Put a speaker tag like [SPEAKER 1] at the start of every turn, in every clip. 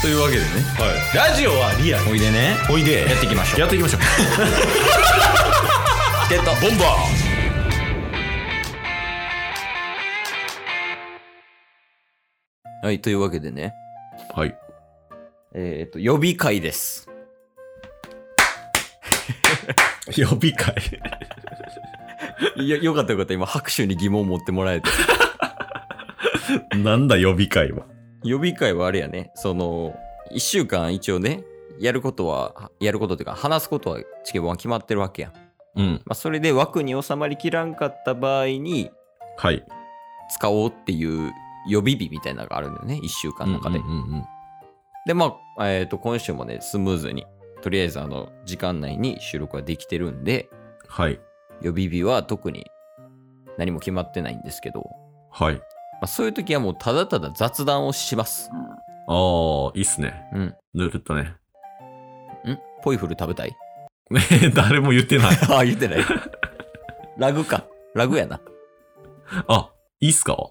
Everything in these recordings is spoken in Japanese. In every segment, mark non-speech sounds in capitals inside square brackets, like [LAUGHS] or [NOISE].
[SPEAKER 1] というわけでね
[SPEAKER 2] はい、ラジオはリアル
[SPEAKER 1] おいでね
[SPEAKER 2] おいで
[SPEAKER 1] やっていきましょう
[SPEAKER 2] やっていきましょう
[SPEAKER 1] ゲット
[SPEAKER 2] ボンバ
[SPEAKER 1] はいというわけでね
[SPEAKER 2] ーはい
[SPEAKER 1] えっ、と予備会 [LAUGHS] です
[SPEAKER 2] 予備会
[SPEAKER 1] いや [LAUGHS] よかったよかった今拍手に疑問を持ってもらえて
[SPEAKER 2] なんだ予備会は
[SPEAKER 1] 予備会はあれやねその1週間一応ねやることはやることっていうか話すことはチケボンは決まってるわけやん、ま
[SPEAKER 2] うん
[SPEAKER 1] あ、それで枠に収まりきらんかった場合に
[SPEAKER 2] はい
[SPEAKER 1] 使おうっていう予備日みたいなのがあるんだよね1週間の中で、
[SPEAKER 2] うんうんうん
[SPEAKER 1] でまあ、えっと今週もねスムーズにとりあえずあの時間内に収録はできてるんで
[SPEAKER 2] はい
[SPEAKER 1] 予備日は特に何も決まってないんですけど、
[SPEAKER 2] はい
[SPEAKER 1] まあ、そういう時はもうただただ雑談をします
[SPEAKER 2] あーいいっすね
[SPEAKER 1] うんん
[SPEAKER 2] ぬるっとね [LAUGHS]
[SPEAKER 1] ポイフル食べたい [LAUGHS]
[SPEAKER 2] 誰も言ってない
[SPEAKER 1] ああ言ってないラグかラグやな
[SPEAKER 2] あいいっすか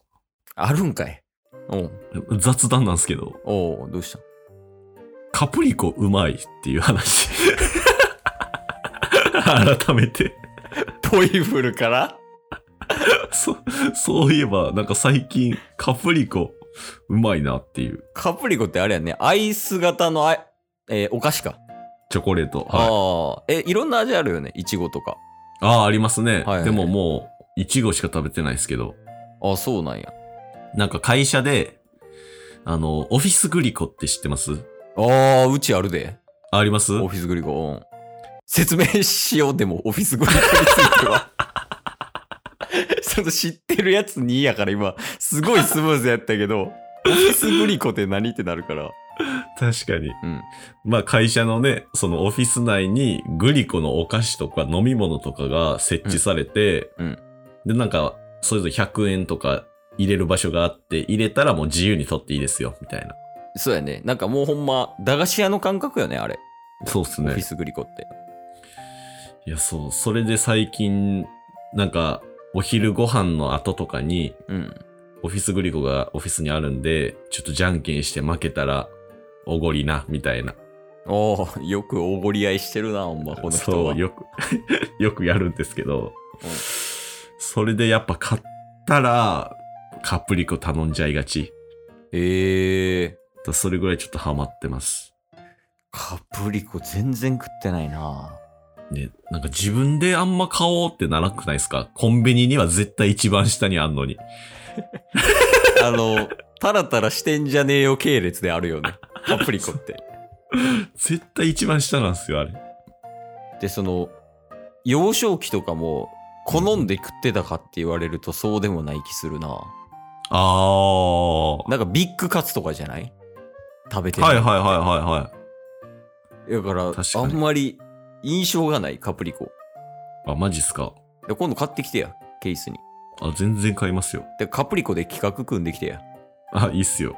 [SPEAKER 1] あるんかいおう
[SPEAKER 2] 雑談なんですけど
[SPEAKER 1] おうどうした
[SPEAKER 2] カプリコうまいっていう話 [LAUGHS] 改めて
[SPEAKER 1] ポイフルから
[SPEAKER 2] そそういえばなんか最近カプリコうまいなっていう
[SPEAKER 1] カプリコってあれやねアイス型のあい、えーお菓子か、
[SPEAKER 2] チョコレート、は
[SPEAKER 1] あ
[SPEAKER 2] い、
[SPEAKER 1] あえいろんな味あるよねいちごとか
[SPEAKER 2] ああーありますね、
[SPEAKER 1] はいはい
[SPEAKER 2] でももういちごしか食べてないですけど
[SPEAKER 1] ああそうなんや
[SPEAKER 2] なんか会社であのオフィスグリコって知ってます
[SPEAKER 1] ああ、うちあるで。
[SPEAKER 2] ああります
[SPEAKER 1] オフィスグリコ。うん説明しようでも、オフィスグリコについては。その知ってるやつにやから今、すごいスムーズやったけど、オフィスグリコって何ってなるから。
[SPEAKER 2] 確かに
[SPEAKER 1] うん。
[SPEAKER 2] まあ会社のね、そのオフィス内にグリコのお菓子とか飲み物とかが設置されて、
[SPEAKER 1] うんうん
[SPEAKER 2] で、なんか、それぞれ100円とか入れる場所があって、入れたらもう自由に取っていいですよ、みたいな。
[SPEAKER 1] そうやね。なんかもうほんま、駄菓子屋の感覚よね、あれ。
[SPEAKER 2] そうっす
[SPEAKER 1] オフ
[SPEAKER 2] ね
[SPEAKER 1] ィ。スグリコって。
[SPEAKER 2] いや、そう、それで最近、なんか、お昼ご飯の後とかに、
[SPEAKER 1] うん。
[SPEAKER 2] オフィスグリコがオフィスにあるんで、ちょっとじゃんけんして負けたら、おごりな、みたいな。
[SPEAKER 1] おお、よくおごり合いしてるな、ほんま、この人
[SPEAKER 2] そ
[SPEAKER 1] は
[SPEAKER 2] う。よく [LAUGHS] よくやるんですけど、
[SPEAKER 1] うん
[SPEAKER 2] それでやっぱ買ったらカプリコ頼んじゃいがち
[SPEAKER 1] ええー。
[SPEAKER 2] だそれぐらいちょっとハマってます
[SPEAKER 1] カプリコ全然食ってないな。
[SPEAKER 2] ね、なんか自分であんま買おうってならなくないですかコンビニには絶対一番下にあんのに。
[SPEAKER 1] あの、タラタラしてんじゃねえよ系列であるよね。カプリコって。
[SPEAKER 2] 絶対一番下なんですよ、あれ。
[SPEAKER 1] で、その、幼少期とかも、好んで食ってたかって言われるとそうでもない気するな。
[SPEAKER 2] ああ。は
[SPEAKER 1] なんかビッグカツとかじゃない食べて
[SPEAKER 2] い
[SPEAKER 1] る
[SPEAKER 2] はいはいはい
[SPEAKER 1] だ
[SPEAKER 2] は
[SPEAKER 1] から
[SPEAKER 2] 確か
[SPEAKER 1] あ
[SPEAKER 2] に
[SPEAKER 1] んまり印象がないカプリコ。
[SPEAKER 2] い。あ、マジっすか。
[SPEAKER 1] で今度買ってきてや、ケースに。
[SPEAKER 2] あ、全然買いますよ。
[SPEAKER 1] で、カプリコで企画組んできてや。
[SPEAKER 2] あ、いいっすよ。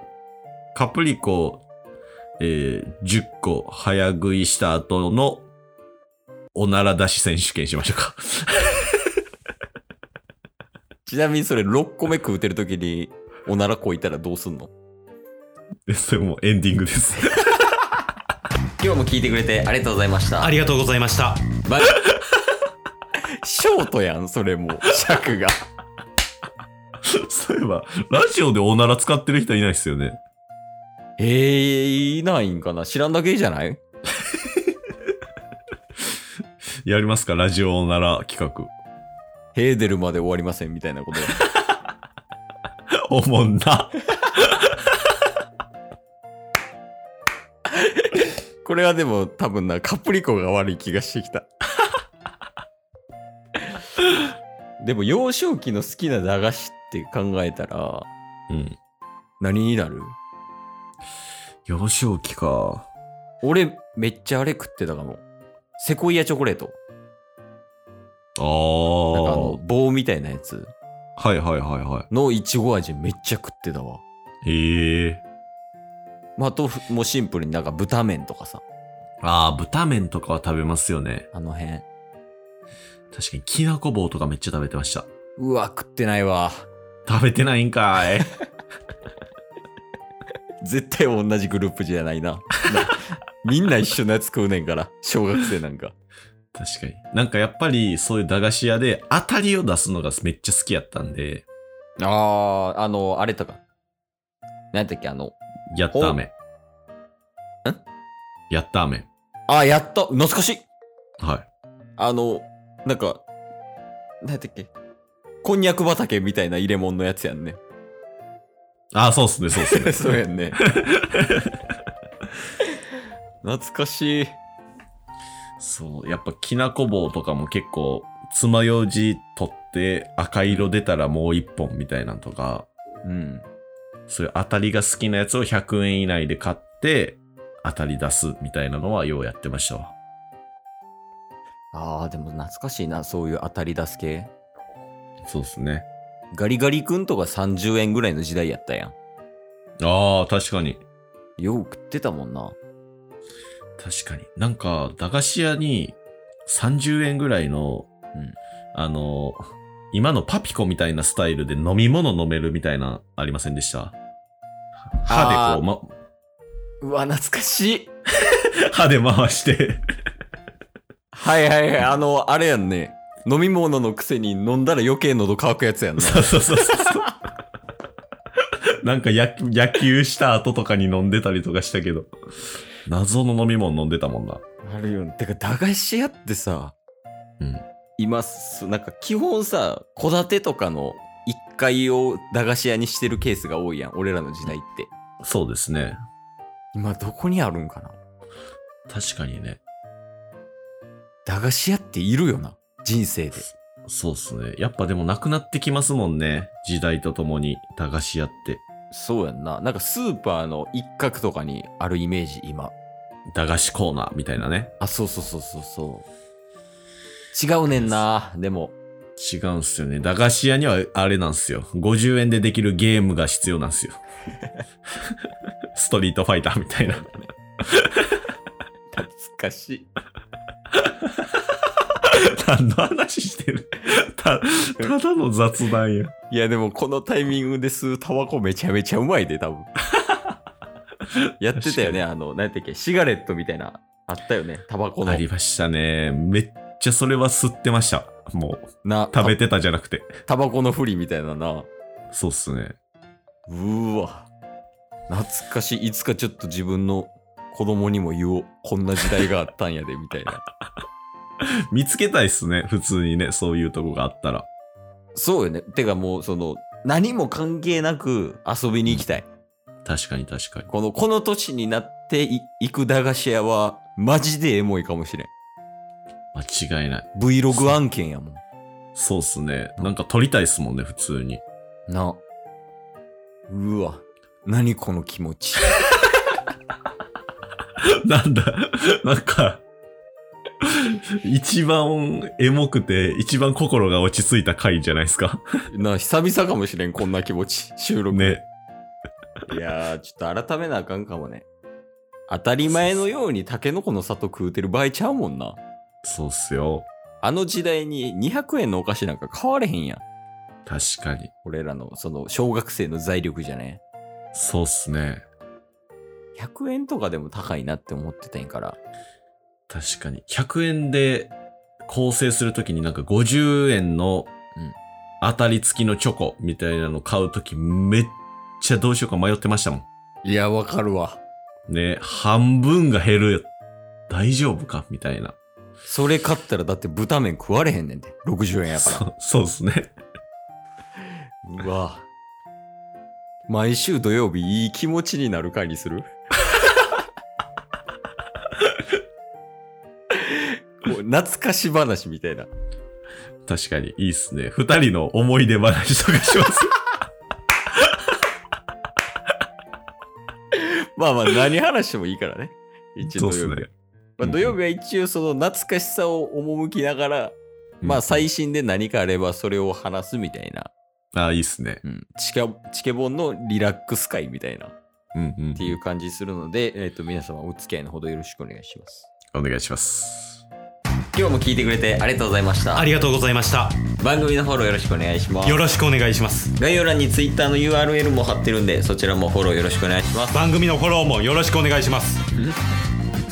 [SPEAKER 2] カプリコ、えー、10個早食いした後の、おなら出し選手権しましょうか。 [LAUGHS]
[SPEAKER 1] ちなみにそれ6個目食うてる時に、おならこいたらどうすんの
[SPEAKER 2] でそれもうエンディングです。 [LAUGHS]
[SPEAKER 1] 今日も聞いてくれてありがとうございました。
[SPEAKER 3] ありがとうございました。
[SPEAKER 1] バイショートやん、それもう。尺が。
[SPEAKER 2] そういえば、ラジオでおなら使ってる人いないっすよね。
[SPEAKER 1] えー、いないんかな知らんだけじゃない
[SPEAKER 2] やりますかラジオおなら企画。 [LAUGHS]
[SPEAKER 1] ヘーデルまで終わりませんみたいなことや
[SPEAKER 2] おもんな。
[SPEAKER 1] これはでも多分な、カプリコが悪い気がしてきた。でも幼少期の好きな駄菓子って考えたら、
[SPEAKER 2] うん。
[SPEAKER 1] 何になる
[SPEAKER 2] 幼少期か。
[SPEAKER 1] 俺、めっちゃあれ食ってたかも。セコイアチョコレート。
[SPEAKER 2] あ
[SPEAKER 1] なんかあの。
[SPEAKER 2] ー
[SPEAKER 1] 棒みたいなやつ
[SPEAKER 2] はいはいはいは
[SPEAKER 1] のいちご味めっちゃ食ってたわ。
[SPEAKER 2] い。へえ。
[SPEAKER 1] まあ、あと、もうシンプルになんか豚麺とかさ、
[SPEAKER 2] ああ、豚麺とかは食べますよね。
[SPEAKER 1] あの辺。
[SPEAKER 2] 確かに、きなこ棒とかめっちゃ食べてました。
[SPEAKER 1] うわ、食ってないわ。
[SPEAKER 2] 食べてないんかい。
[SPEAKER 1] 絶対同じグループじゃないな。な [LAUGHS] みんな一緒のやつ食うねんから、小学生なんか。
[SPEAKER 2] 確かに。なんかやっぱりそういう駄菓子屋で当たりを出すのがめっちゃ好きやったんで、
[SPEAKER 1] ああ、あの、あれとか。何やったっけ、あの、
[SPEAKER 2] やったーめん。
[SPEAKER 1] ん
[SPEAKER 2] やったーめん。
[SPEAKER 1] あ、やった懐かしい
[SPEAKER 2] はい。
[SPEAKER 1] あの、なんか、何やったっけ。こんにゃく畑みたいな入れ物のやつや [LAUGHS] んね。
[SPEAKER 2] ああ、そうっすね、 [LAUGHS] そうっすね。
[SPEAKER 1] そうやんね。懐かしい。
[SPEAKER 2] そう、やっぱきなこ棒とかも結構、爪楊枝取って赤色出たらもう一本みたいなんとか、
[SPEAKER 1] うん。
[SPEAKER 2] そういう当たりが好きなやつを100円以内で買って、当たり出すみたいなのはようやってましたわ。
[SPEAKER 1] ああ、でも懐かしいな、そういう当たり出す系。
[SPEAKER 2] そうっすね。
[SPEAKER 1] ガリガリ君とか30円ぐらいの時代やったや
[SPEAKER 2] ああ、確かに。
[SPEAKER 1] ん。よく食ってたもんな。
[SPEAKER 2] 確かに。なんか、駄菓子屋に30円ぐらいの、
[SPEAKER 1] うん
[SPEAKER 2] あの、今のパピコみたいなスタイルで飲み物飲めるみたいな、ありませんでした歯でこう、
[SPEAKER 1] うわ、懐かしい。
[SPEAKER 2] ま、歯で回して。
[SPEAKER 1] はいはいはい、あの、あれやんね。飲み物のくせに飲んだら余計喉乾くやつやんな。
[SPEAKER 2] そうそうそうそう。 [LAUGHS] なんか野野球した後とかに飲んでたりとかしたけど、謎の飲み物飲んでたもんな。
[SPEAKER 1] [LAUGHS] あるよね。てか、駄菓子屋ってさ、
[SPEAKER 2] うん。
[SPEAKER 1] 今、そなんか基本さ、戸建てとかの1階を駄菓子屋にしてるケースが多いやん。俺らの時代って。
[SPEAKER 2] そうですね。
[SPEAKER 1] 今、どこにあるんかな
[SPEAKER 2] 確かにね。
[SPEAKER 1] 駄菓子屋っているよな。人生で。
[SPEAKER 2] そうっすね。やっぱでもなくなってきますもんね。時代とともに、駄菓子屋って。
[SPEAKER 1] そうやんな。なんかスーパーの一角とかにあるイメージ、今。
[SPEAKER 2] 駄菓子コーナーみたいなね。
[SPEAKER 1] あ、そうそうそうそうそう。違うねんな。でも、
[SPEAKER 2] 違うんすよね。駄菓子屋にはあれなんすよ。50円でできるゲームが必要なんすよ。 [LAUGHS] ストリートファイターみたいな。
[SPEAKER 1] 懐かしい。
[SPEAKER 2] 何の話してるた、ただの雑談や。
[SPEAKER 1] いや、でもこのタイミングで吸うタバコめちゃめちゃうまいで、多分。やってたよね、あの、なんてっけ、シガレットみたいな、あったよね、タバコの
[SPEAKER 2] あ。りましたね。めっちゃそれは吸ってました。もう、
[SPEAKER 1] な、
[SPEAKER 2] 食べ
[SPEAKER 1] た
[SPEAKER 2] てたじゃなくて。
[SPEAKER 1] タバコのふりみたいなな。
[SPEAKER 2] そうっすね。
[SPEAKER 1] うーわ。懐かしい。いつかちょっと自分の子供にも言おう。こんな時代があったんやで、みたいな。
[SPEAKER 2] 見つけたいっすね。普通にね、そういうとこがあったら。
[SPEAKER 1] そうよね。てかもう、その、何も関係なく遊びに行きたい。
[SPEAKER 2] 確かに確かに。
[SPEAKER 1] この、この年になってい行く駄菓子屋は、マジでエモいかもしれん。
[SPEAKER 2] 間違いない。
[SPEAKER 1] Vlog 案件やもん。
[SPEAKER 2] そうっすね。なんか撮りたいっすもんね、普通に。
[SPEAKER 1] な。うわ。何この気持ち。 [LAUGHS]
[SPEAKER 2] なんだ、なんか、一番エモくて、一番心が落ち着いた回じゃないですか。
[SPEAKER 1] な、久々かもしれん、こんな気持ち。収
[SPEAKER 2] [LAUGHS]
[SPEAKER 1] 録。
[SPEAKER 2] ね。
[SPEAKER 1] いやー、ちょっと改めなあかんかもね。当たり前のようにタケノコの里食うてる場合ちゃうもんな。
[SPEAKER 2] そうっすよ。
[SPEAKER 1] あの時代に200円のお菓子なんか買われへんやん。
[SPEAKER 2] 確かに。
[SPEAKER 1] 俺らの、その、小学生の財力じゃね。
[SPEAKER 2] そうっすね。
[SPEAKER 1] 100円とかでも高いなって思ってたんやから。
[SPEAKER 2] 確かに。100円で構成するときになんか50円
[SPEAKER 1] う
[SPEAKER 2] の
[SPEAKER 1] ん
[SPEAKER 2] 当たり付きのチョコみたいなの買うときめっちゃどうしようか迷ってましたもん。
[SPEAKER 1] いや、わかるわ。
[SPEAKER 2] ね、半分が減る。大丈夫かみたいな。
[SPEAKER 1] それ買ったらだって豚麺食われへんねんで。60円やから。
[SPEAKER 2] そうそうですね。
[SPEAKER 1] うわ。毎週土曜日いい気持ちになる回にす [LAUGHS] るこう懐かし話みたいな。
[SPEAKER 2] 確かにいいっすね。二人の思い出話とかします。
[SPEAKER 1] まあまあ何話してもいいからね。 [LAUGHS] 一
[SPEAKER 2] そ
[SPEAKER 1] 応
[SPEAKER 2] うっ
[SPEAKER 1] 土
[SPEAKER 2] す
[SPEAKER 1] 曜日。
[SPEAKER 2] ね。
[SPEAKER 1] まあ、
[SPEAKER 2] うん
[SPEAKER 1] 土曜日は一応その懐かしさを赴きながら、まあ最新で何かあればそれを話すみたいな。
[SPEAKER 2] ああ、いいっすね。
[SPEAKER 1] うん、チケチケボンのリラックス会みたいな。
[SPEAKER 2] うんうん。
[SPEAKER 1] っていう感じするので、えっと皆様お付き合いのほどよろしくお願いします。
[SPEAKER 2] お願いします。
[SPEAKER 1] 今日も聞いてくれてありがとうございました
[SPEAKER 2] ありがとうございました
[SPEAKER 1] 番組のフォローよろしくお願いします
[SPEAKER 2] よろしくお願いします
[SPEAKER 1] 概要欄に Twitter の URL も貼ってるんでそちらもフォローよろしくお願いします
[SPEAKER 2] 番組のフォローもよろしくお願いします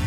[SPEAKER 2] す